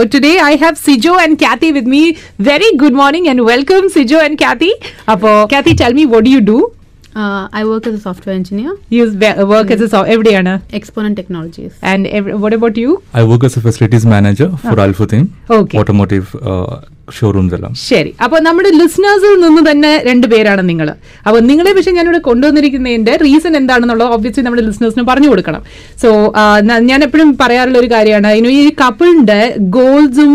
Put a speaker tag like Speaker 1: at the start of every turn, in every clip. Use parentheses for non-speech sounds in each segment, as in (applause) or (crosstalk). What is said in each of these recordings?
Speaker 1: Oh, today I have Sijo and Kathy with me. Very good morning and welcome, Sijo and Kathy. Apo, Kathy, tell me what do you do?
Speaker 2: Uh, I work as a software engineer,
Speaker 1: You s- be- work as a so- every Anna.
Speaker 2: Exponent Technologies.
Speaker 1: And every, what about you?
Speaker 3: I work as a facilities manager for oh. Alphathim
Speaker 1: Okay.
Speaker 3: automotive uh, ഷോറൂമിലെല്ലാം
Speaker 1: ശരി അപ്പൊ നമ്മുടെ ലിസ്ണേഴ്സിൽ നിന്ന് തന്നെ രണ്ട് പേരാണ് നിങ്ങൾ അപ്പൊ നിങ്ങളെ പക്ഷെ ഞാനിവിടെ കൊണ്ടുവന്നിരിക്കുന്നതിന്റെ റീസൺ എന്താണെന്നുള്ളത് ഒബ്വിയസ്ലി നമ്മുടെ ലിസ്ണേഴ്സിന് പറഞ്ഞു കൊടുക്കണം സോ ഞാൻ എപ്പോഴും പറയാറുള്ള ഒരു കാര്യമാണ് ഇനി ഈ കപ്പിളിന്റെ ഗോൾസും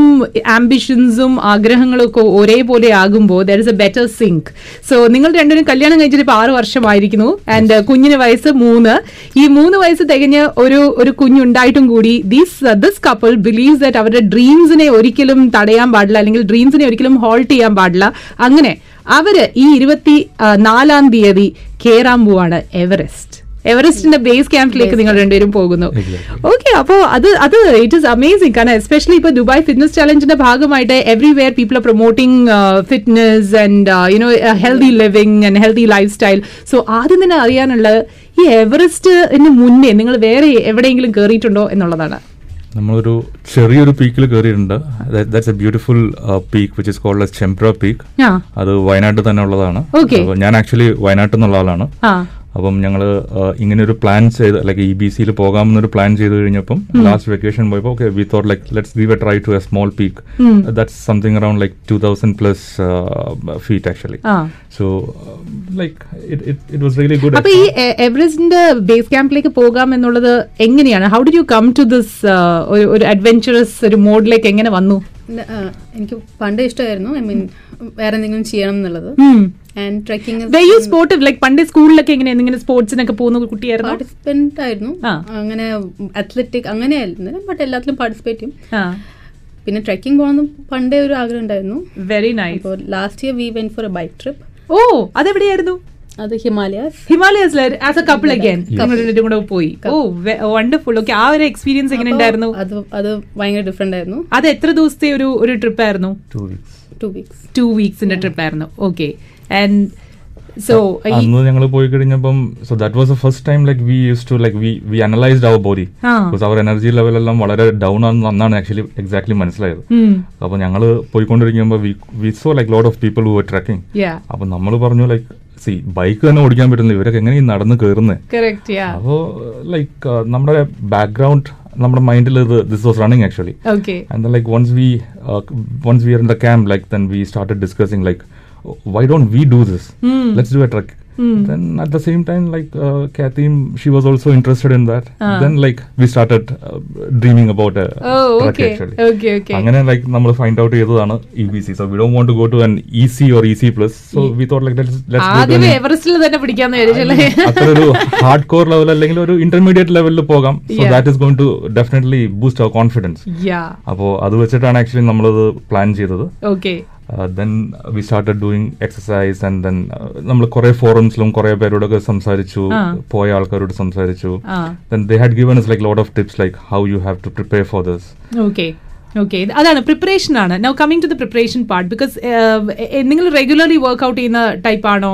Speaker 1: ആംബിഷൻസും ആഗ്രഹങ്ങളും ഒക്കെ ഒരേപോലെ ആകുമ്പോൾ there is a better sync so നിങ്ങൾ രണ്ടുപേരും കല്യാണം കഴിച്ചിട്ട് ഇപ്പൊ ആറ് വർഷമായിരിക്കുന്നു ആൻഡ് കുഞ്ഞിന് വയസ്സ് മൂന്ന് ഈ മൂന്ന് വയസ്സ് തികഞ്ഞ് ഒരു ഒരു കുഞ്ഞുണ്ടായിട്ടും കൂടി uh, these this couple believes that അവരുടെ ഡ്രീംസിനെ ഒരിക്കലും തടയാൻ പാടില്ല അല്ലെങ്കിൽ ഡ്രീംസിനെ ഒരിക്കലും ഹോൾട്ട് ചെയ്യാൻ പാടില്ല അങ്ങനെ അവര് ഈ ഇരുപത്തി ആ, നാലാം തീയതി കേറാൻ പോവാണ് എവറസ്റ്റ് എവറസ്റ്റിന്റെ ബേസ് ക്യാമ്പിലേക്ക് നിങ്ങൾ രണ്ടുപേരും പോകുന്നു ഓക്കെ അപ്പോൾ അത് അത് ഇറ്റ് ഇസ് അമേസിംഗ് കാരണം എസ്പെഷ്യലി ഇപ്പോൾ ദുബായ് ഫിറ്റ്നസ് ചലഞ്ചിന്റെ ഭാഗമായിട്ട് everywhere people are promoting fitness and you know healthy living and healthy lifestyle so ആദ്യം തന്നെ അറിയാനുള്ളത് ഈ എവറസ്റ്റിന് മുന്നേ നിങ്ങൾ വേറെ എവിടെയെങ്കിലും കയറിയിട്ടുണ്ടോ എന്നുള്ളതാണ്
Speaker 3: നമ്മളൊരു ചെറിയൊരു പീക്കിൽ കയറിയിട്ടുണ്ട് that's a beautiful peak which is called Chembra peak
Speaker 1: ആ
Speaker 3: അത് വയനാട്ടിൽ തന്നെ ഉള്ളതാണ്
Speaker 1: Okay.
Speaker 3: അപ്പൊ ഞാൻ ആക്ച്വലി വയനാട്ടിൽ നിന്നുള്ള ആളാണ്
Speaker 1: ആ
Speaker 3: അപ്പം ഞങ്ങൾ ഇങ്ങനെ ഒരു പ്ലാൻ ചെയ്ത് E ലൈക്ക് ഇ ബി സിയിൽ പോകാമെന്നൊരു പ്ലാൻ ചെയ്ത് കഴിഞ്ഞപ്പം ലാസ്റ്റ് വെക്കേഷൻ പോയപ്പോൾ okay we thought like let's give a try to a small peak that's something around like two thousand plus feet actually
Speaker 1: ആ
Speaker 3: uh, So, um, like, it, it, it was really good.
Speaker 1: അപ്പൊ ഈ എ- എവറസ്റ്റിന്റെ base ക്യാമ്പിലേക്ക് പോകാം എന്നുള്ളത് എങ്ങനെയാണ് how did you come to this uh, ഒരു അഡ്വഞ്ചറസ് ഒരു മോഡിലേക്ക് എങ്ങനെ വന്നു
Speaker 2: Uh, എനിക്ക് പണ്ട് ഇഷ്ടമായിരുന്നു ഐ മീൻ വേറെ എന്തെങ്കിലും ചെയ്യണം എന്നുള്ളത്
Speaker 1: ഉം.
Speaker 2: And trekking
Speaker 1: Were you sportive? Like പണ്ട് സ്കൂളിലൊക്കെ എങ്ങനെ എന്തെങ്കിലും സ്പോർട്സിനൊക്കെ പോകുന്ന ഒരു കുട്ടിയായിരുന്നു
Speaker 2: പാർട്ടിസിപ്പൻ്റ് ആയിരുന്നു
Speaker 1: ആ.
Speaker 2: അങ്ങനെ അത്ലറ്റിക് അങ്ങനെയായിരുന്നു ബട്ട് എല്ലാത്തിലും പാർട്ടിസിപ്പേറ്റ് ചെയ്യും
Speaker 1: ആ
Speaker 2: പിന്നെ ട്രക്കിംഗ് പോകണമെന്ന് പണ്ടേ ഒരു ആഗ്രഹം ഉണ്ടായിരുന്നു
Speaker 1: വെരി നൈസ്
Speaker 2: അപ്പോൾ last year we went for a bike trip
Speaker 1: ഓ അതെവിടെയായിരുന്നു
Speaker 2: അത് Himalayas
Speaker 1: Himalayas as a couple again നിങ്ങളുടെ കൂടെ പോയി ഓ വണ്ടർഫുൾ ഓക്കെ ആ ഒരു എക്സ്പീരിയൻസ് എങ്ങനെ ഉണ്ടായിരുന്നു
Speaker 2: അത് അത് ഭയങ്കര ഡിഫറെൻ്റ് ആയിരുന്നു
Speaker 1: അത് എത്ര ദിവസത്തെ ഒരു ഒരു ട്രിപ്പ് ആയിരുന്നു
Speaker 3: two weeks.
Speaker 2: Two weeks
Speaker 1: two വീക്സിന്റെ ട്രിപ്പ് ആയിരുന്നു ഓക്കെ ആൻഡ് സോ
Speaker 3: അന്ന് ഞങ്ങൾ പോയി കഴിഞ്ഞപ്പം so that was the first time like we use to like we we analysed our body
Speaker 1: ആ.
Speaker 3: ബിക്കോസ് അവർ എനർജി ലെവൽ എല്ലാം വളരെ ഡൗൺ ആണെന്ന് അന്നാണ് ആക്ച്വലി എക്സാക്ട്ലി മനസ്സിലായത് അപ്പൊ ഞങ്ങൾ പോയിക്കൊണ്ടിരിക്കുമ്പോൾ we saw like lot of people who are trekking
Speaker 1: യാ
Speaker 3: അപ്പൊ നമ്മൾ പറഞ്ഞു ലൈക്ക് സി ബൈക്ക് തന്നെ ഓടിക്കാൻ പറ്റുന്നില്ല ഇവരൊക്കെ എങ്ങനെ ഈ നടന്ന് കയറുന്നത്
Speaker 1: കറക്റ്റ് യാ
Speaker 3: അപ്പോൾ ലൈക്ക് നമ്മുടെ ബാക്ക്ഗ്രൗണ്ട് നമ്മുടെ മൈൻഡിൽ ഇത് this was running actually
Speaker 1: okay
Speaker 3: And then like once we uh, once we are in the camp, like then we started discussing like why don't we do this?
Speaker 1: Hmm.
Speaker 3: Let's do a trek. Then at the same time, like uh, Kathy, she was also interested in that.
Speaker 1: Ah.
Speaker 3: Then like we started uh, dreaming about a
Speaker 1: Oh,
Speaker 3: trek
Speaker 1: okay.
Speaker 3: actually.
Speaker 1: Okay, okay.
Speaker 3: അങ്ങനെ like നമ്മൾ find out ചെയ്തതാണ് E B C so we don't want to go to an E C or E C plus so
Speaker 1: E
Speaker 3: we thought like
Speaker 1: ആദ്യം എവറസ്റ്റിൽ തന്നെ പിടിക്കാന്ന് വിചാരിച്ചല്ലേ
Speaker 3: അത്ര ഒരു ഹാർഡ് കോർ ലെവൽ അല്ലെങ്കിൽ ഒരു ഇന്റർമീഡിയറ്റ് ലെവലിൽ പോകാം so
Speaker 1: Yeah.
Speaker 3: That is going to definitely boost our confidence
Speaker 1: yeah
Speaker 3: അപ്പോൾ അത് വെച്ചിട്ടാണ് ആക്ച്വലി നമ്മളത് പ്ലാൻ ചെയ്തത് Uh,
Speaker 1: okay
Speaker 3: then we started doing exercise and then നമ്മൾ കുറെ ഫോറംസിലും കുറെ പേരോടൊക്കെ സംസാരിച്ചു പോയ ആൾക്കാരോട് സംസാരിച്ചു
Speaker 1: ആ
Speaker 3: then they had given us like lot of tips like how you have to prepare for this
Speaker 1: okay okay അതാണ് പ്രിപ്പറേഷൻ ആണ് now coming to the preparation part because uh, നിങ്ങൾ റെഗുലർലി വർക്ക്ഔട്ട് ചെയ്യുന്ന ടൈപ്പ് ആണോ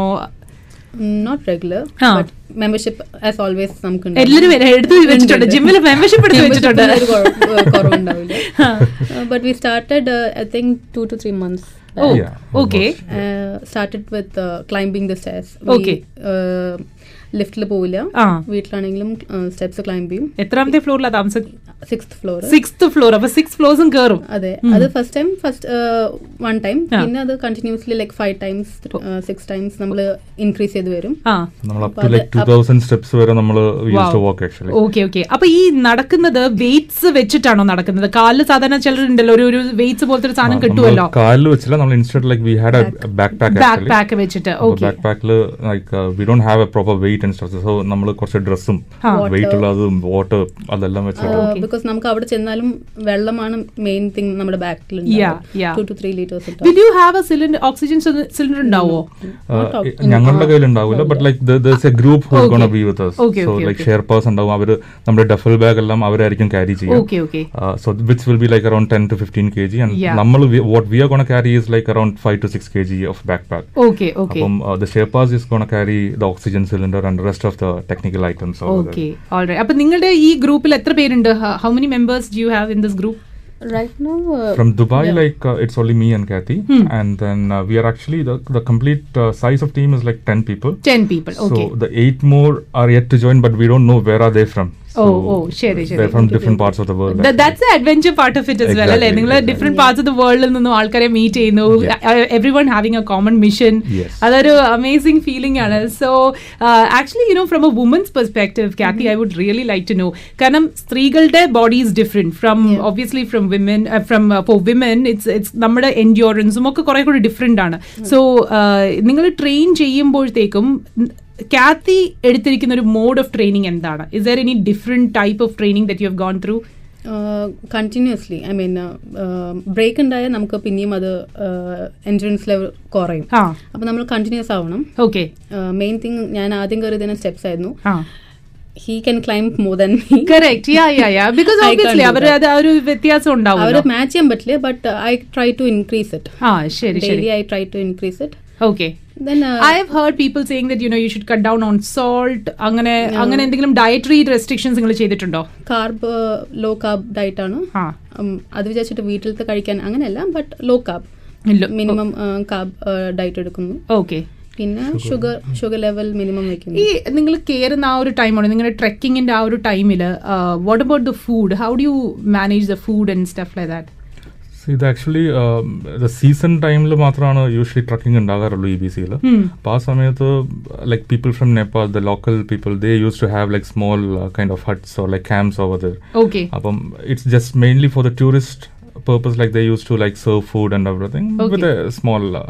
Speaker 2: not regular
Speaker 1: ആ.
Speaker 2: But membership as always നമുക്ക്
Speaker 1: എല്ലാവരും എടുത്തു വെച്ചിട്ടുണ്ട് ജിമ്മിൽ മെമ്പർഷിപ്പ് എടുത്ത് വെച്ചിട്ടുണ്ട് (laughs)
Speaker 2: but we started I think two two three months
Speaker 1: oh
Speaker 3: Yeah, almost.
Speaker 1: Okay
Speaker 2: Uh, started with climbing the stairs
Speaker 1: Okay.
Speaker 2: ലിഫ്റ്റിൽ uh, പോവില്ല
Speaker 1: ആ.
Speaker 2: വീട്ടിലാണെങ്കിലും സ്റ്റെപ്സ് ക്ലൈംബ് ചെയ്യും
Speaker 1: എത്രാമത്തെ ഫ്ലോറിലാണ് താമസം
Speaker 2: സിക്സ്ത് ഫ്ലോർ
Speaker 1: സിക്സ്ത് ഫ്ലോർ അപ്പൊ സിക്സ് ഫ്ലോർസും കയറും
Speaker 2: അതെ അത് first time first one time
Speaker 1: ആ.
Speaker 2: uh, പിന്നെ അത് continuously like five times
Speaker 1: Oh.
Speaker 2: Six times നമ്മൾ ഇൻക്രീസ് ചെയ്ത് വരും
Speaker 1: ആ
Speaker 3: നമ്മൾ അപ്
Speaker 2: അപ്പൊ
Speaker 3: ടു
Speaker 2: അത്
Speaker 3: ലൈക്ക് ടു തൗസൻഡ് സ്റ്റെപ്സ് വരെ നമ്മൾ use to walk actually
Speaker 1: okay okay അപ്പൊ ഈ നടക്കുന്നത് വെയിറ്റ്സ് വെച്ചിട്ടാണോ നടക്കുന്നത് കാലില് സാധാരണ ചിലരുണ്ടല്ലോ ഒരു ഒരു വെയിറ്റ്സ് പോലത്തെ ഒരു സാധനം കിട്ടുമല്ലോ
Speaker 3: കാലിൽ വെച്ചില്ല നമ്മൾ instead like we had backpack
Speaker 1: backpack വെച്ചിട്ട് ഓക്കെ
Speaker 3: ബാക്ക് പാക്കിൽ like we don't have a proper weight and structure so നമ്മൾ കുറച്ച് ഡ്രസ്സും വെയിറ്റ് ഉള്ളതും വാട്ടർ അതെല്ലാം വെച്ചിട്ട്
Speaker 2: ബിക്കോസ് Uh, നമുക്ക് അവിടെ ചെന്നാലും വെള്ളമാണ് മെയിൻ തിങ് നമ്മുടെ ബാക്കിൽ
Speaker 1: Yeah, yeah.
Speaker 2: Two two three litres
Speaker 1: will you have a cylinder oxygen cylinder ഉണ്ടാവോ
Speaker 3: ഏഹ് Uh, ഞങ്ങളുടെ കയ്യിൽ ഉണ്ടാവില്ല but like a group gonna be with
Speaker 1: Okay,
Speaker 3: so
Speaker 1: okay,
Speaker 3: like sherpas ഉണ്ടാവും അവര് നമ്മുടെ ഡഫൽ ബാഗ് എല്ലാം അവരായിരിക്കും ക്യാരി ചെയ്യുക Uh,
Speaker 1: okay okay
Speaker 3: so which will be like around ten to fifteen K G
Speaker 1: Yeah.
Speaker 3: And നമ്മൾ what we are gonna carry is like around five to six K G of backpack
Speaker 1: okay okay
Speaker 3: അപ്പം uh, the sherpas is gonna carry the oxygen cylinder and rest of the technical items
Speaker 1: okay already അപ്പൊ നിങ്ങളുടെ ഈ ഗ്രൂപ്പിൽ എത്ര പേരുണ്ട് how many members do you have in this group
Speaker 2: right now, uh,
Speaker 3: From Dubai,
Speaker 2: yeah.
Speaker 3: like uh, it's only me and Kathy,
Speaker 1: Hmm.
Speaker 3: and then uh, we are actually the, the complete uh, size of team is like ten people.
Speaker 1: Ten people okay
Speaker 3: So the eight more are yet to join, but we don't know where are they from. So
Speaker 1: Oh, oh, share, share.
Speaker 3: They're from different parts of the world.
Speaker 1: Th-
Speaker 3: actually.
Speaker 1: that's the adventure part of it as well അല്ലേ
Speaker 3: Exactly,
Speaker 1: നിങ്ങൾ
Speaker 3: exactly.
Speaker 1: Different parts of the വേൾഡിൽ നിന്നും ആൾക്കാരെ meet ചെയ്യുന്നു Uh,
Speaker 3: Yeah.
Speaker 1: Everyone having a common mission
Speaker 3: Yes.
Speaker 1: അതൊരു amazing feeling ആണ് uh, so actually you know from a woman's perspective Kathy I would really like to know കാരണം സ്ത്രീകളുടെ body is different from
Speaker 2: Yeah.
Speaker 1: Obviously from women from for women it's it's നമ്മുടെ എൻഡ്യോറൻസും ഒക്കെ കുറെ കൂടി different ആണ് so നിങ്ങൾ train ചെയ്യുമ്പോഴത്തേക്കും കാത്തി എടുത്തിരിക്കുന്ന ഒരു മോഡ് ഓഫ് ട്രെയിനിങ് എന്താണ് is there any different type of training that you have gone through
Speaker 2: uh, continuously I mean break uh, ഉണ്ടായാൽ നമുക്ക് പിന്നെയും അത് എൻട്രൻസ് ലെവൽ കുറയും
Speaker 1: ആ
Speaker 2: അപ്പം നമ്മൾ കണ്ടിന്യൂസ് ആവണം
Speaker 1: ഓക്കെ
Speaker 2: മെയിൻ തിങ് ഞാൻ ആദ്യം കയറി തന്നെ സ്റ്റെപ്സ് ആയിരുന്നു
Speaker 1: ആ
Speaker 2: he can climb more than me
Speaker 1: correct yeah yeah yeah because
Speaker 2: I can't
Speaker 1: obviously
Speaker 2: do
Speaker 1: our
Speaker 2: that.
Speaker 1: അത് ആ ഒരു വ്യത്യാസം
Speaker 2: അവരെ
Speaker 1: ഉണ്ടാവും
Speaker 2: മാച്ച് ചെയ്യാൻ പറ്റില്ല uh, but I try to increase it
Speaker 1: ആ ശരി ശരി
Speaker 2: daily I try to increase it
Speaker 1: okay
Speaker 2: then
Speaker 1: I have heard people saying that you know you should cut down on salt അങ്ങനെ അങ്ങനെ എന്തെങ്കിലും ഡയറ്ററി റെസ്ട്രിക്ഷൻസ് നിങ്ങൾ ചെയ്തിട്ടുണ്ടോ
Speaker 2: carb law carb ഡയറ്റാണ്
Speaker 1: ആ
Speaker 2: ഉം, അത് വിചാരിച്ചിട്ട് വീട്ടിലത്തെ കഴിക്കാൻ അങ്ങനെയല്ല ബട്ട് ലോ കാർബ്
Speaker 1: ഇല്ല
Speaker 2: മിനിമം കാർബ് ഡയറ്റ് uh, എടുക്കുന്നു
Speaker 1: ഓക്കെ
Speaker 2: പിന്നെ ഷുഗർ ഷുഗർ ലെവൽ മിനിമം വെക്കുന്നു
Speaker 1: ഈ നിങ്ങൾ കയറുന്ന ആ ഒരു ടൈമാണ് നിങ്ങളുടെ ട്രെക്കിങ്ങിന്റെ ആ ഒരു ടൈമിൽ what about the food how do you manage the food and stuff like that
Speaker 3: So ഇത് ആക്ച്വലി ദ സീസൺ ടൈമിൽ മാത്രമാണ് യൂഷ്വലി ട്രക്കിംഗ് ഉണ്ടാകാറുള്ളൂ E ഇ ബി സിയിൽ
Speaker 1: Hmm.
Speaker 3: അപ്പോൾ ആ സമയത്ത് like people from Nepal the local people they used to have like small kind of huts or like camps over there
Speaker 1: okay
Speaker 3: അപ്പം it's just mainly for the tourist purpose like they used to like serve food and everything with a small uh,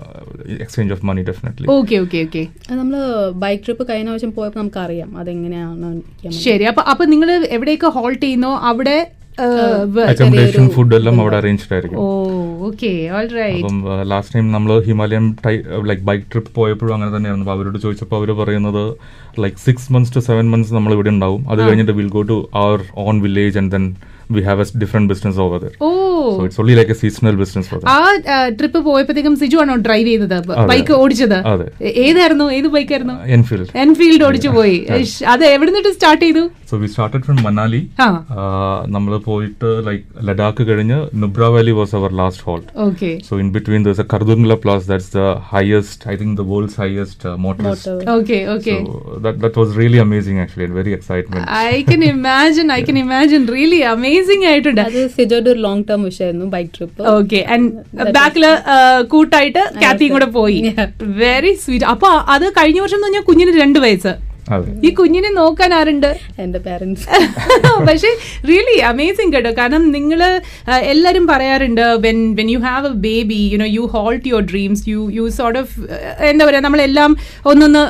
Speaker 3: exchange of money definitely
Speaker 1: okay okay okay
Speaker 2: അത് നമ്മൾ bike trip കഴിഞ്ഞ പ്രാവശ്യം പോയപ്പോൾ നമുക്കറിയാം അതെങ്ങനെയാണ് ഇരിക്കാൻ വേണ്ടി.
Speaker 1: ശരി അപ്പൊ അപ്പൊ നിങ്ങൾ എവിടെയൊക്കെ ഹോൾട്ട് ചെയ്യുന്നോ അവിടെ ആ, വ-
Speaker 3: accommodation
Speaker 2: ചെറിയൊരു
Speaker 3: food എല്ലാം അവിടെ അറേഞ്ച്ഡ് ആയിരിക്കും
Speaker 1: ഓ ഓക്കെ ഓൾ റൈറ്റ്
Speaker 3: അപ്പം uh, ലാസ്റ്റ് ടൈം നമ്മൾ ഹിമാലയം ടൈ uh, ലൈക്ക് ബൈക്ക് ട്രിപ്പ് പോയപ്പോഴും അങ്ങനെ തന്നെയായിരുന്നു അപ്പോൾ അവരോട് ചോദിച്ചപ്പോൾ അവർ പറയുന്നത് like six months to seven months നമ്മൾ ഇവിടെ ഉണ്ടാവും അത് കഴിഞ്ഞിട്ട് will go to our own village and then we have a different business over there
Speaker 1: oh
Speaker 3: so it's only like a seasonal business for
Speaker 1: ആ ട്രിപ്പ് പോയപ്പോഴത്തേക്കും സിജു ആണോ drive ചെയ്തത്
Speaker 3: അതെ.
Speaker 1: ബൈക്ക് ഓടിച്ചത്
Speaker 3: അതെ.
Speaker 1: എ- ഏതായിരുന്നു ഏത് ബൈക്കായിരുന്നു
Speaker 3: എൻഫീൽഡ്
Speaker 1: എൻഫീൽഡ് ഓടിച്ചു പോയി ഇഷ്, അത് എവിടെ നിന്നിട്ട് സ്റ്റാർട്ട് ചെയ്തു
Speaker 3: so we started from Manali
Speaker 1: ആ
Speaker 3: നമ്മൾ പോയിട്ട് ലൈക്ക് ലഡാക്ക് കഴിഞ്ഞ് Nubra valley was our last halt
Speaker 1: okay
Speaker 3: so in between the Khardungla pass that's the highest I think the world's highest motors
Speaker 2: Motor.
Speaker 1: Okay okay
Speaker 3: So uh, that that was really amazing actually and very excitement.
Speaker 1: I can imagine I can imagine really amazing ആയിട്ടുണ്ട്
Speaker 2: അത് സിജോയുടെ ഒരു long term വിഷയമായിരുന്നു bike trip
Speaker 1: okay and ബാക്കില് കൂട്ടായിട്ട് കാത്തിയും കൂടെ പോയി
Speaker 2: Yeah.
Speaker 1: വെരി സ്വീറ്റ് അപ്പൊ അത് കഴിഞ്ഞ വർഷം എന്ന് പറഞ്ഞാൽ കുഞ്ഞിന് രണ്ട് വയസ്സ്
Speaker 2: Uh,
Speaker 3: അതെ
Speaker 1: ഈ കുഞ്ഞിനെ നോക്കാൻ ആരുണ്ട്
Speaker 2: എന്റെ
Speaker 1: (laughs)
Speaker 2: പാരന്റ്സ്
Speaker 1: പക്ഷേ റിയലി അമേസിങ് കേട്ടോ കാരണം നിങ്ങൾ എല്ലാവരും പറയാറുണ്ട് when when you have a baby you know you halt your dreams you you sort of എന്താ പറയുക നമ്മളെല്ലാം ഒന്നൊന്ന്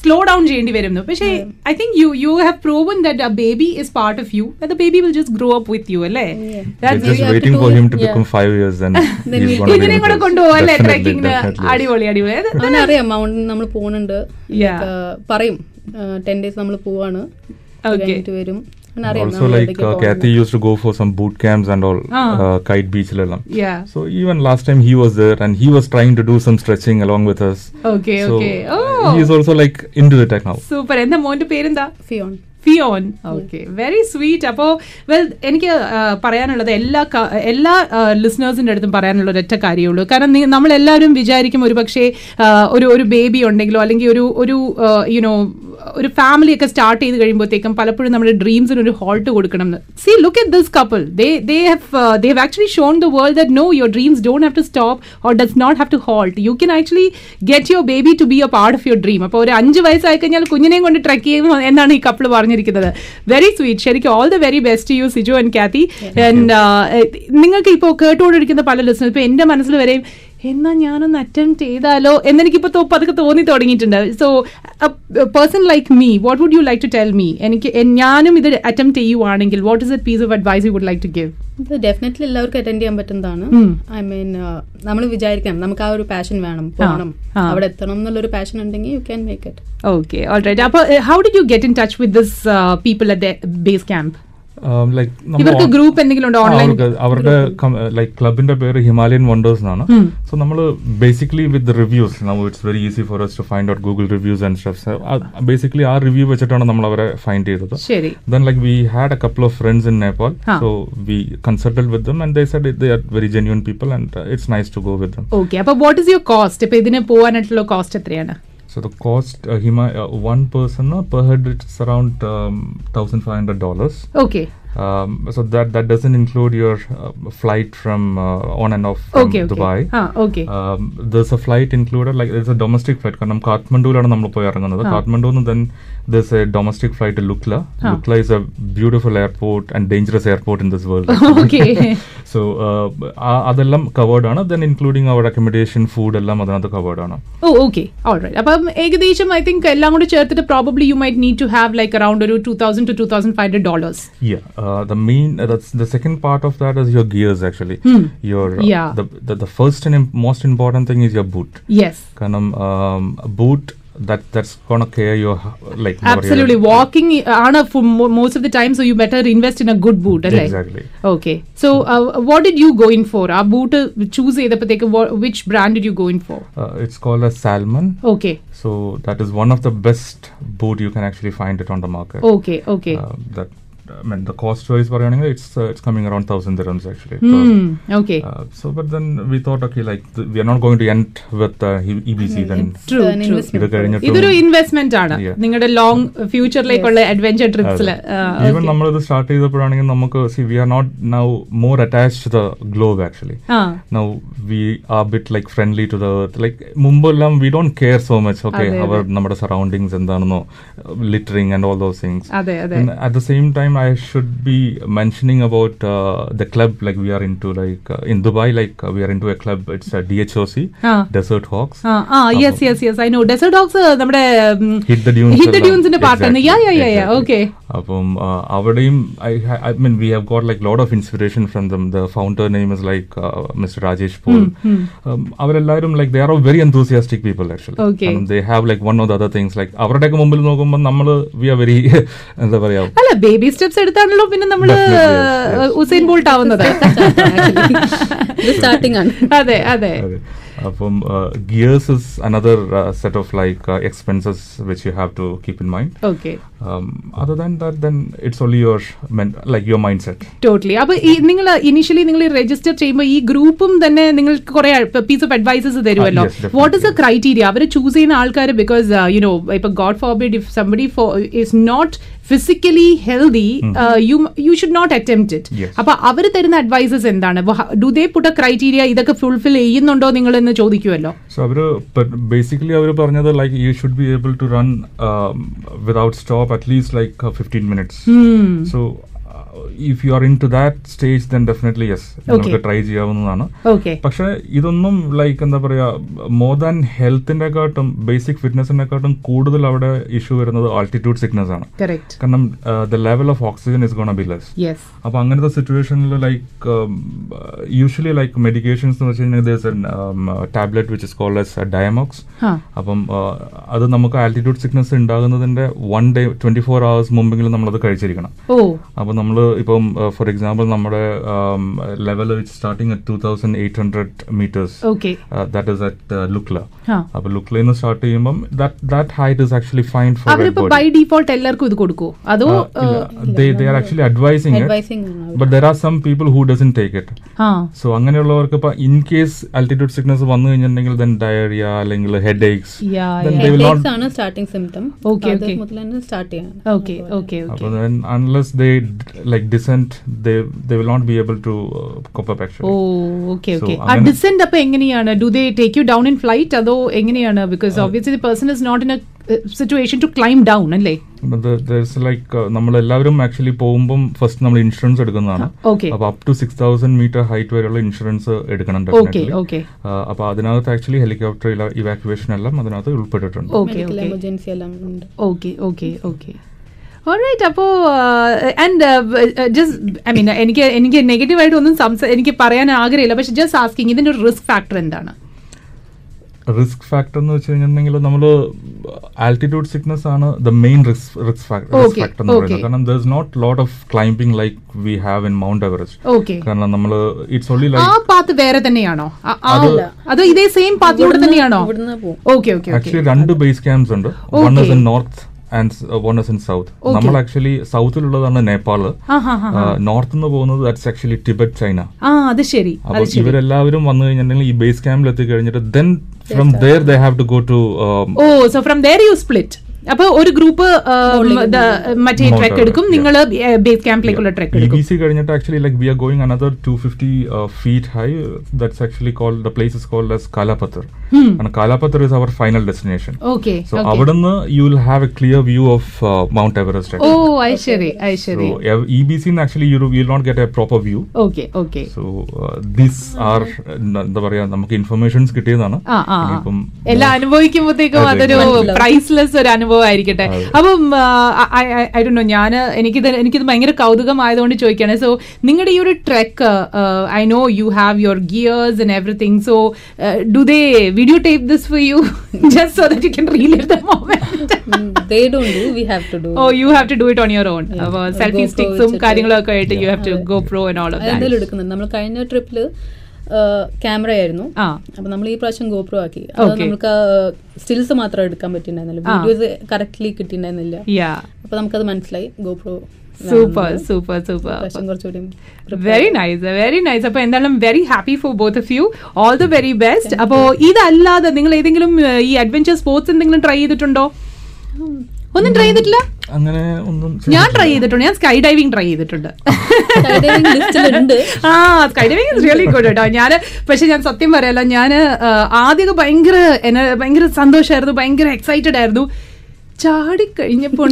Speaker 1: സ്ലോ ഡൗൺ ചെയ്യേണ്ടി വരുന്നു പക്ഷേ I think you you have proven that a baby is part of you the baby will just grow up with you അല്ലേ
Speaker 3: We're
Speaker 1: That's-
Speaker 3: just
Speaker 2: we have to
Speaker 3: waiting for
Speaker 2: do-
Speaker 3: him to
Speaker 2: yeah.
Speaker 3: become five years
Speaker 2: (laughs)
Speaker 3: and
Speaker 2: Then
Speaker 3: he's
Speaker 2: we-
Speaker 3: gonna be
Speaker 1: കുഞ്ഞിനെ കൂടെ
Speaker 3: with us.
Speaker 1: കൊണ്ടുപോകല്ലേ
Speaker 3: Definitely,
Speaker 1: ട്രക്കിങ്ങിന്
Speaker 3: definitely.
Speaker 1: അടിപൊളി അടിപൊളി അത്
Speaker 2: അവനറിയാം mountain നമ്മൾ പോകുന്നുണ്ട്
Speaker 1: Yeah.
Speaker 2: Like, uh, പറയും ടെൻ ഡേയ്സ് നമ്മൾ പോവാണ്
Speaker 1: Okay.
Speaker 2: കഴിഞ്ഞിട്ട് വരും അവനറിയാം
Speaker 3: Also
Speaker 2: നമ്മൾ
Speaker 3: like
Speaker 2: എവിടേക്ക്
Speaker 3: uh, Kathy
Speaker 2: പോകുന്നത്.
Speaker 3: used to go for some boot camps and all
Speaker 1: Ah.
Speaker 3: uh, kite beach ലെല്ലാം.
Speaker 1: yeah
Speaker 3: So even last time he was there and he was trying to do some stretching along with us.
Speaker 1: Okay
Speaker 3: so uh,
Speaker 1: okay oh
Speaker 3: he is also like into the tech now.
Speaker 1: Super Oh. എന്താ മോന്റെ പേരെന്താ
Speaker 2: Fionn
Speaker 1: Fionn okay very sweet അപ്പോൾ well എനിക്ക് ആ, പറയാനുള്ളത് എല്ലാ ക- എല്ലാ ലിസണേഴ്സിൻ്റെ അടുത്തും പറയാനുള്ള ഒരൊറ്റ കാര്യമുള്ളൂ കാരണം നി- നമ്മളെല്ലാവരും വിചാരിക്കും ഒരു പക്ഷേ ആ, ഒരു ഒരു ബേബി ഉണ്ടെങ്കിലോ അല്ലെങ്കിൽ ഒരു ഒരു യുനോ ഒരു ഫാമിലി ഒക്കെ സ്റ്റാർട്ട് ചെയ്ത് കഴിയുമ്പോഴത്തേക്കും പലപ്പോഴും നമ്മുടെ ഡ്രീംസിന് ഒരു ഹോൾട്ട് കൊടുക്കണം എന്ന് see look at this couple they they have they have actually shown the world that no your dreams don't have to stop or does not have to halt you can actually get your baby to be a part of your dream അപ്പോൾ ഒരു അഞ്ച് വയസ്സായി കഴിഞ്ഞാൽ കുഞ്ഞിനെയും കൊണ്ട് trek ചെയ്യും എന്നാണ് ഈ കപ്പിൾ പറഞ്ഞിരിക്കുന്നത് വെരി സ്വീറ്റ് ശരിക്കും all the very best you Siju and Kathy and uh, നിങ്ങൾക്ക് ഇപ്പോൾ കേട്ടുകൊണ്ടിരിക്കുന്ന പല ലിസണേഴ്സ് ഇപ്പോൾ എൻ്റെ മനസ്സിൽ വരെയും എന്നാ ഞാനൊന്ന് അറ്റംപ്റ്റ് ചെയ്താലോ എന്നെനിക്കിപ്പോൾ തോ- പതുക്കെ തോന്നി തുടങ്ങിയിട്ടുണ്ട് so person like me what would you like to tell me എനിക്ക് എൻ- ഞാനും ഇത് അറ്റംപ്റ്റ് ചെയ്യുവാണെങ്കിൽ what is a piece of advice you would like to give
Speaker 2: ഇത് ഡെഫിനറ്റ്ലി എല്ലാവർക്കും അറ്റൻഡ് ചെയ്യാൻ പറ്റുന്നതാണ് ഐ മീൻ നമ്മൾ വിചാരിക്കണം നമുക്ക് ആ ഒരു പാഷൻ വേണം പോകണം
Speaker 1: ആ.
Speaker 2: അവിടെ എത്തണം എന്നുള്ളൊരു പാഷൻ ഉണ്ടെങ്കിൽ you can make it
Speaker 1: Okay, all right. Appa, uh, how did you get in touch with this uh, people at the base camp?
Speaker 3: um, like നമ്മ
Speaker 1: ഇവർക്ക്
Speaker 3: on-
Speaker 1: ഗ്രൂപ്പ് എന്തെങ്കിലും ഉണ്ടോ ഓൺലൈൻ
Speaker 3: അവർക്ക് അവരുടെ ലൈക്ക് ക്ലബിന്റെ പേര് ഹിമാലയൻ വണ്ടേഴ്സ് എന്നാണ് so നമ്മൾ ബേസിക്കലി വിത്ത് റിവ്യൂസ് നമ്മൾ it's very easy for us to find out Google reviews and stuffs basically ആ റിവ്യൂ വെച്ചിട്ടാണ് നമ്മൾ അവരെ ഫൈൻഡ് ചെയ്തത്
Speaker 1: ശരി
Speaker 3: Then, like, we had a couple of friends in Nepal,
Speaker 1: Huh.
Speaker 3: so we consulted with them, and they said it- they are very genuine people, and uh, it's nice to go with them.
Speaker 1: Okay അപ്പൊ what is your cost ഇപ്പൊ ഇതിന് പോവാനായിട്ടുള്ള cost എത്രയാണ്
Speaker 3: So the cost, uh, Hima, uh, one person uh, per head, it's around um, thousand five hundred dollars.
Speaker 1: Okay
Speaker 3: Um, so that that doesn't include your uh, flight from uh, on and off from
Speaker 1: okay okay
Speaker 3: Dubai.
Speaker 1: ആ okay
Speaker 3: Um, there's a flight included, like there's a domestic flight. കാരണം കാഠ്മണ്ഡുവിലാണ് നമ്മൾ പോയി ഇറങ്ങുന്നത് കാഠ്മണ്ഡുന്ന് then there's a domestic flight to Lukla. Lukla is a beautiful airport and dangerous airport in this world.
Speaker 1: (laughs) Okay
Speaker 3: so അതെല്ലാം covered ആണ് then including our accommodation food എല്ലാം അതിനകത്ത് കവേർഡ് ആണ്
Speaker 1: ഓ ഓക്കെ ഓൾറൈറ്റ് അപ്പം ഏകദേശം ഐ തിങ്ക് എല്ലാം കൂടി ചേർത്തിട്ട് probably you might need to have like around ഒരു two thousand to two thousand five hundred dollars
Speaker 3: Yeah, uh, the main uh, that's the second part of that is your gears actually. Your uh,
Speaker 1: Yeah.
Speaker 3: the, the the first and im- most important thing is your boot.
Speaker 1: Yes
Speaker 3: Kanam um, a boot that that's gonna care your h- like your-
Speaker 1: absolutely walking ആണ് most of the time so you better invest in a good boot അല്ലേ uh,
Speaker 3: exactly.
Speaker 1: Okay so what did you go in for ആ boot choose ചെയ്തപ്പോഴത്തേക്ക് which brand did you go in for
Speaker 3: Uh, it's called a Salmon.
Speaker 1: Okay
Speaker 3: So that is one of the best boot you can actually find it on the market.
Speaker 1: Okay okay
Speaker 3: Uh, that I mean the cost wise, it's uh, it's coming around thousand dirhams actually.
Speaker 1: Hmm. Okay
Speaker 3: Uh, so but then we thought okay like th- we are not going to end with uh, E- EBC then.
Speaker 2: It's
Speaker 1: True,
Speaker 2: an
Speaker 1: true.
Speaker 2: investment
Speaker 3: ഇത്
Speaker 2: for us. (laughs)
Speaker 3: കഴിഞ്ഞിട്ട്
Speaker 1: ഇതൊരു investment ആണ്
Speaker 3: Yeah.
Speaker 1: നിങ്ങളുടെ long ഫ്യൂച്ചറിലേക്കുള്ള adventure ട്രിപ്സിൽ Uh,
Speaker 3: even നമ്മൾ ഇത് start ചെയ്തപ്പോഴാണെങ്കിൽ നമുക്ക് see we are not now more attach to the globe actually
Speaker 1: ആ
Speaker 3: now we are bit like friendly to the earth like മുമ്പെല്ലാം we don't care so much okay
Speaker 1: അതെ, അതെ.
Speaker 3: അവർ നമ്മുടെ സറൗണ്ടിങ്സ് എന്താണെന്നോ littering and all those things
Speaker 1: അതെ അതെ
Speaker 3: And at the same time, I should be mentioning about uh, the club. Like we are into like uh, in Dubai, like uh, we are into a club. It's a DHOC,
Speaker 1: Ah.
Speaker 3: Desert Hawks.
Speaker 1: ആ ആ yes yes yes I know desert dogs uh, നമ്മുടെ
Speaker 3: Hit the dunes.
Speaker 1: Hit
Speaker 3: എല്ലാം.
Speaker 1: ഡ്യൂൺസിന്റെ പാട്ടാണ്
Speaker 3: Exactly,
Speaker 1: yeah yeah yeah yeah
Speaker 3: exactly.
Speaker 1: Okay
Speaker 3: അപ്പം ആ, അവിടെയും I I mean we have got like lot of inspiration from them the founder name is like mister Rajesh Paul Um, അവരെല്ലാവരും like they are very enthusiastic people
Speaker 1: Okay.
Speaker 3: Actually they have like one or the other things like അവരുടെയൊക്കെ മുമ്പിൽ നോക്കുമ്പോൾ നമ്മൾ we are very (laughs) എന്താ പറയാ
Speaker 1: അല്ല baby steps എടുത്താണല്ലോ പിന്നെ നമ്മള്
Speaker 3: Definitely, yes, yes.
Speaker 1: Usain Bolt
Speaker 3: (laughs)
Speaker 1: ആവുന്നത്
Speaker 2: ഇത് സ്റ്റാർട്ടിംഗ് ആണ്
Speaker 1: അതെ അതെ
Speaker 3: അതെ. അപ്പം gears is another set of like expenses which you have to keep in mind
Speaker 1: okay
Speaker 3: Um, other than that then it's only your like your mind set
Speaker 1: totally അപ്പൊ നിങ്ങൾ initially നിങ്ങൾ രജിസ്റ്റർ ചെയ്യുമ്പോൾ ഈ ഗ്രൂപ്പും തന്നെ നിങ്ങൾക്ക് കുറെ പീസ് ഓഫ് അഡ്വൈസസ് തരുമല്ലോ
Speaker 3: Ah, yes, definitely.
Speaker 1: What is the criteria അവർ ചൂസ് ചെയ്യുന്ന ആൾക്കാർ ബിക്കോസ് യു നോ ഇപ്പൊ God forbid if somebody is not physically healthy you you should not attempt it
Speaker 3: Hmm. Yes.
Speaker 1: അപ്പൊ അവർ തരുന്ന അഡ്വൈസസ് എന്താണ് do they put a criteria ഇതൊക്കെ fulfil ചെയ്യുന്നുണ്ടോ നിങ്ങൾ എന്ന് ചോദിക്കുമല്ലോ
Speaker 3: സോ അവര് ബേസിക്കലി അവർ പറഞ്ഞത് like you should be able to run um, without stop at least like fifteen minutes so uh, if you are into that stage then definitely yes നമുക്ക് try ചെയ്യാവുന്നതാണ്
Speaker 1: ഓക്കെ
Speaker 3: പക്ഷെ ഇതൊന്നും ലൈക്ക് എന്താ പറയാ more than ഹെൽത്തിനെക്കാട്ടും basic ഫിറ്റ്നസിനെക്കാട്ടും കൂടുതൽ അവിടെ ഇഷ്യൂ വരുന്നത് ആൾട്ടിറ്റ്യൂഡ് സിക്നസ് ആണ്
Speaker 1: കറക്റ്റ്
Speaker 3: കാരണം uh, the level of oxygen is gonna be less
Speaker 1: yes
Speaker 3: അപ്പൊ അങ്ങനത്തെ um, സിറ്റുവേഷനിൽ ലൈക്ക് യൂഷ്വലി ലൈക്ക് മെഡിക്കേഷൻസ് എന്ന് വെച്ച് കഴിഞ്ഞാൽ tablet which is called as Diamox
Speaker 1: ആ
Speaker 3: uh, അപ്പം ആ, അത് നമുക്ക് ആൾട്ടിറ്റ്യൂഡ് സിക്നസ് ഉണ്ടാകുന്നതിന്റെ one day twenty four hours മുമ്പെങ്കിലും നമ്മളത് കഴിച്ചിരിക്കണം
Speaker 1: ഓ
Speaker 3: അപ്പോൾ നമ്മൾ ഇപ്പം ഫോർ എക്സാമ്പിൾ നമ്മുടെ um, level starting at two thousand eight hundred metres
Speaker 1: okay
Speaker 3: that is at Lukla
Speaker 1: ആ
Speaker 3: അപ്പോൾ ലുക്ലയിൽ നിന്ന് സ്റ്റാർട്ട് ചെയ്യുമ്പം that height is actually fine for
Speaker 1: അവരിപ്പോ ബൈ ഡിഫോൾട്ട് എല്ലാവർക്കും ഇത് കൊടുക്കുവോ അതോ
Speaker 3: Ah, Uh,
Speaker 1: uh,
Speaker 3: they are actually advising it
Speaker 2: advising ആണ് അവര്.
Speaker 3: But there are some people who doesn't take it
Speaker 1: ആ
Speaker 3: സോ അങ്ങനെയുള്ളവർക്ക് ഇപ്പൊ ഇൻ കേസ് ആൾട്ടിറ്റ്യൂഡ് സിക്നസ് വന്നു കഴിഞ്ഞിട്ടുണ്ടെങ്കിൽ ദെൻ ഡയറിയ അല്ലെങ്കിൽ head aches
Speaker 1: Yeah,
Speaker 3: then
Speaker 1: yeah.
Speaker 3: They will
Speaker 2: Headaches
Speaker 3: not
Speaker 2: ആണ് starting symptom
Speaker 1: Okay,
Speaker 2: അത്
Speaker 1: okay.
Speaker 2: മുതൽ തന്നെ സ്റ്റാർട്ട് ചെയ്യാൻ
Speaker 1: ഓക്കെ ഓക്കെ
Speaker 3: അപ്പോൾ then unless they like descent they they will not be able to cope up
Speaker 1: oh
Speaker 3: actually
Speaker 1: okay
Speaker 3: So,
Speaker 1: okay ആ
Speaker 3: അങ്ങനെ-
Speaker 1: descent അപ്പൊ എങ്ങനെയാണ് do they take you down in flight അതോ എങ്ങനെയാണ് because
Speaker 3: Uh,
Speaker 1: obviously person is not in a situation to climb down അല്ലേ
Speaker 3: like നമ്മൾ എല്ലാവരും actually uh, പോകുമ്പം ഫസ്റ്റ് നമ്മൾ ഇൻഷുറൻസ് എടുക്കുന്നതാണ്
Speaker 1: ഓക്കെ
Speaker 3: അപ്പൊ up to six thousand metre height വരെയുള്ള ഇൻഷുറൻസ് എടുക്കണം
Speaker 1: ഓക്കെ
Speaker 3: definitely.
Speaker 1: ഓക്കെ
Speaker 3: ആ, അപ്പൊ അതിനകത്ത് ആക്ച്വലി ഹെലികോപ്റ്റർ ഇവാക്യുവേഷൻ എല്ലാം അതിനകത്ത് ഉൾപ്പെട്ടിട്ടുണ്ട്
Speaker 1: ഓക്കെ
Speaker 2: മെഡിക്കൽ
Speaker 1: ഓക്കെ
Speaker 2: എമർജൻസി എല്ലാം ഉണ്ട്
Speaker 1: ഓക്കെ ഓക്കെ ഓക്കെ ഓൾറൈറ്റ് അപ്പോ uh, and uh, just I mean എനിക്ക് എനിക്ക് നെഗറ്റീവായിട്ട് ഒന്നും സംസാ എനിക്ക് പറയാൻ ആഗ്രഹമില്ല പക്ഷെ ജസ്റ്റ് ആസ്കിങ് ഇതിന്റെ ഒരു റിസ്ക് ഫാക്ടർ എന്താണ്
Speaker 3: റിസ്ക് ഫാക്ടർ എന്ന് വെച്ച് കഴിഞ്ഞിട്ടുണ്ടെങ്കിൽ നമ്മൾ ആൾട്ടിറ്റ്യൂഡ് സിക്നസ് ആണ് the main risk risk factor
Speaker 1: Okay,
Speaker 3: factor എന്ന് പറയുന്നത്
Speaker 1: okay.
Speaker 3: കാരണം there is not lot of climbing like we have in mount Everest
Speaker 1: okay
Speaker 3: കാരണം നമ്മൾ it's only
Speaker 1: ah
Speaker 3: like
Speaker 1: path വേറെ തന്നെയാണോ ആ- ആ-
Speaker 2: അതല്ല.
Speaker 1: അത് ഇതേ സെയിം പാത്തിലൂടെ തന്നെയാണോ
Speaker 2: ഇവിടുന്ന് പോകും
Speaker 1: ഓക്കെ ഓക്കെ ഓക്കെ
Speaker 3: ആക്ച്വലി രണ്ട് ബേസ് ക്യാമ്പ്സ് ഉണ്ട് one
Speaker 1: Okay.
Speaker 3: Is in north and one is in south
Speaker 1: Okay.
Speaker 3: നമ്മൾ ആക്ച്വലി സൗത്തിലുള്ളതാണ് നേപ്പാൾ
Speaker 1: ആ ഹാ ഹാ
Speaker 3: നോർത്ത് നിന്ന് പോകുന്നത് ദാറ്റ്സ് ആക്ച്വലി ടിബറ്റ് ചൈന
Speaker 1: ആ അത് ശരി
Speaker 3: അപ്പൊ
Speaker 1: അത് ശരി
Speaker 3: ഇവരെല്ലാവരും വന്നു കഴിഞ്ഞിട്ടുണ്ടെങ്കിൽ ഈ ബേസ് ക്യാമ്പിൽ എത്തി കഴിഞ്ഞിട്ട് then from there they have to go to
Speaker 1: oh so from there you split അപ്പൊ ഒരു ഗ്രൂപ്പ് മറ്റേ
Speaker 3: Mount
Speaker 1: ട്രക്ക്
Speaker 3: Everest,
Speaker 1: എടുക്കും നിങ്ങൾ ബേസ് ക്യാമ്പിലേക്കുള്ള ട്രക്ക്
Speaker 3: ഇ ബി
Speaker 1: എടുക്കും
Speaker 3: സി കഴിഞ്ഞിട്ട് actually like we are going another two fifty feet high that's actually call the place is called as Kalapatthar
Speaker 1: Hmm.
Speaker 3: കാരണം Kalapatthar is our final destination
Speaker 1: okay
Speaker 3: so അവിടുന്ന് you will have a clear view of mount Everest
Speaker 1: oh ഐശ്വരി
Speaker 3: so
Speaker 1: ഐശ്വരി
Speaker 3: E B സിന്ന് actually you will not get a proper view
Speaker 1: okay okay
Speaker 3: so this are uh, എന്താ പറയാ നമുക്ക് informations കിട്ടിയതാണ്
Speaker 1: ആ ആ ആ.
Speaker 3: ഇനിയിപ്പം uh,
Speaker 1: എല്ലാം അനുഭവിക്കുമ്പോഴത്തേക്കും
Speaker 3: അതെ,
Speaker 1: അതൊരു
Speaker 3: മനസ്സിലാവും.
Speaker 1: പ്രൈസ്ലെസ് ഒരു അനുഭവം ആയിരിക്കട്ടെ
Speaker 3: അതെ.
Speaker 1: അപ്പം ഐ ഡോ ഞാൻ എനിക്കിത് എനിക്കിത് ഭയങ്കര കൗതുകം ആയതുകൊണ്ട് ചോദിക്കുകയാണ് സോ നിങ്ങളുടെ ഈ ഒരു trek I know you have your gears and everything so do they video tape this for (laughs) you just so that you can relive the (laughs) moment
Speaker 2: they don't do we have to do
Speaker 1: oh you have to do it on your own
Speaker 2: Yeah.
Speaker 1: അപ്പോൾ
Speaker 2: ഒരു
Speaker 1: selfie
Speaker 2: GoPro
Speaker 1: സ്റ്റിക്സും
Speaker 2: വെച്ചിട്ട്.
Speaker 1: കാര്യങ്ങളൊക്കെ ആയിട്ട് you have to
Speaker 2: അതെ.
Speaker 1: GoPro and all of
Speaker 2: അതെന്തായാലും
Speaker 1: that
Speaker 2: എടുക്കുന്നുണ്ട് നമ്മൾ കഴിഞ്ഞ ട്രിപ്പില് ക്യാമറ ആയിരുന്നു
Speaker 1: ആ
Speaker 2: അപ്പൊ നമ്മൾ ഈ പ്രാവശ്യം ഗോപ്രോ ആക്കി അത്
Speaker 1: Okay.
Speaker 2: നമുക്ക് സ്റ്റിൽസ് മാത്രം എടുക്കാൻ പറ്റിണ്ടായിരുന്നില്ല
Speaker 1: ആ.
Speaker 2: വീഡിയോസ് കറക്റ്റ്ലി കിട്ടിണ്ടായിരുന്നില്ല
Speaker 1: യാ
Speaker 2: അപ്പൊ നമുക്കത് മനസ്സിലായി ഗോപ്രോ
Speaker 1: സൂപ്പർ സൂപ്പർ സൂപ്പർ
Speaker 2: പ്രാവശ്യം കുറച്ചുകൂടി
Speaker 1: വെരി നൈസ് വെരി നൈസ് അപ്പൊ എന്തായാലും very happy for both of you all the very best അപ്പോ ഇതല്ലാതെ നിങ്ങൾ ഏതെങ്കിലും ഏഹ്, ഈ അഡ്വഞ്ചർ സ്പോർട്സ് എന്തെങ്കിലും ട്രൈ ചെയ്തിട്ടുണ്ടോ ഒന്നും ട്രൈ ചെയ്തിട്ടില്ല
Speaker 3: അങ്ങനെ ഒന്നും
Speaker 1: ഞാൻ ട്രൈ ചെയ്തിട്ടുണ്ട് ഞാൻ സ്കൈ ഡൈവിംഗ് ട്രൈ ചെയ്തിട്ടുണ്ട്
Speaker 2: ലിസ്റ്റിലുണ്ട്
Speaker 1: ആ skydiving is really good കേട്ടോ ഞാൻ പക്ഷെ ഞാൻ സത്യം പറയല്ല ഞാൻ ആദ്യമൊക്കെ ഭയങ്കര എന- ഭയങ്കര സന്തോഷമായിരുന്നു ഭയങ്കര എക്സൈറ്റഡ് ആയിരുന്നു ചാടി കഴിഞ്ഞപ്പോൾ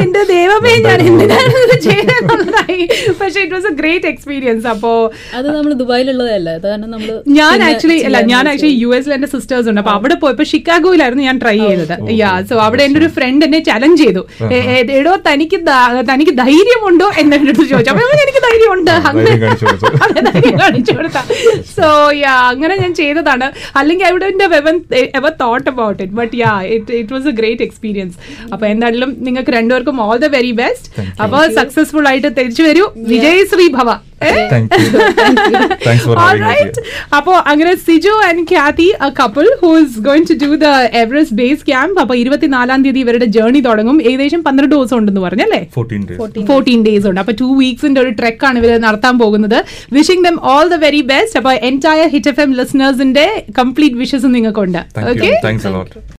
Speaker 1: എന്റെ ദൈവമേ ഞാൻ എന്തിനാണ് ഇത് ചെയ്തെന്നുള്ളതായി പക്ഷെ it was a great experience അപ്പോ
Speaker 2: അത് നമ്മൾ ദുബായിലുള്ളതല്ല അത് കാരണം നമ്മള്
Speaker 1: ഞാൻ
Speaker 2: ചില-
Speaker 1: ആക്ച്വലി അല്ല
Speaker 2: ചില
Speaker 1: ഞാൻ
Speaker 2: ആഴ്ച-
Speaker 1: ആക്ച്വലി യു എസിൽ എന്റെ സിസ്റ്റേഴ്സ് ഉണ്ട് അപ്പൊ അവിടെ പോയപ്പോ ഷിക്കാഗോയിലായിരുന്നു ഞാൻ ട്രൈ ചെയ്തത് യാ സോ അവിടെ എന്റെ ഒരു ഫ്രണ്ട് എന്നെ ചലഞ്ച് ചെയ്തു എ- എ- എടോ തനിക്ക് ദാ- തനിക്ക് ധൈര്യമുണ്ടോ എന്ന് എന്റെ അടുത്ത് ചോദിച്ചു അപ്പൊ ഞാൻ പറഞ്ഞു, എനിക്ക് ധൈര്യമുണ്ട് അങ്ങനെ
Speaker 3: ധൈര്യം കാണിച്ചു കൊടുത്തു.
Speaker 1: (laughs) അതെ, ധൈര്യം കാണിച്ചു കൊടുത്താ സോ യാ അങ്ങനെ ഞാൻ ചെയ്തതാണ് അല്ലെങ്കിൽ I would even ever thought about it but yeah it it was a great experience അപ്പൊ എന്തായാലും നിങ്ങൾക്ക് രണ്ടുപേർക്കും ഓൾ ദ വെരി ബെസ്റ്റ് അപ്പൊ സക്സസ്ഫുൾ ആയിട്ട് തിരിച്ചു വരൂ വിജയ് ശ്രീ ഭവ ഏ
Speaker 3: thank you thanks for
Speaker 1: All right. അപ്പോ അങ്ങനെ Siju and Khyati a couple who is going to do the Everest base camp അപ്പൊ ഇരുപത്തിനാലാം തീയതി ഇവരുടെ ജേർണി തുടങ്ങും ഏകദേശം പന്ത്രണ്ട് ദിവസം ഉണ്ടെന്ന് പറഞ്ഞല്ലേ
Speaker 3: ഫോർട്ടീൻ ഡേയ്സ്
Speaker 1: ഫോർട്ടീൻ ഡേയ്സ് ഉണ്ട് അപ്പൊ ടു വീക്സിന്റെ ഒരു ട്രെക്ക് ആണ് ഇവർ നടത്താൻ പോകുന്നത് wishing them all the very best അപ്പൊ എൻറ്റയർ ഹിറ്റ് എഫ് എം ലിസണേഴ്സിന്റെ കംപ്ലീറ്റ് വിഷസ് നിങ്ങൾക്കുണ്ട്
Speaker 3: thank you
Speaker 1: okay
Speaker 3: thanks allot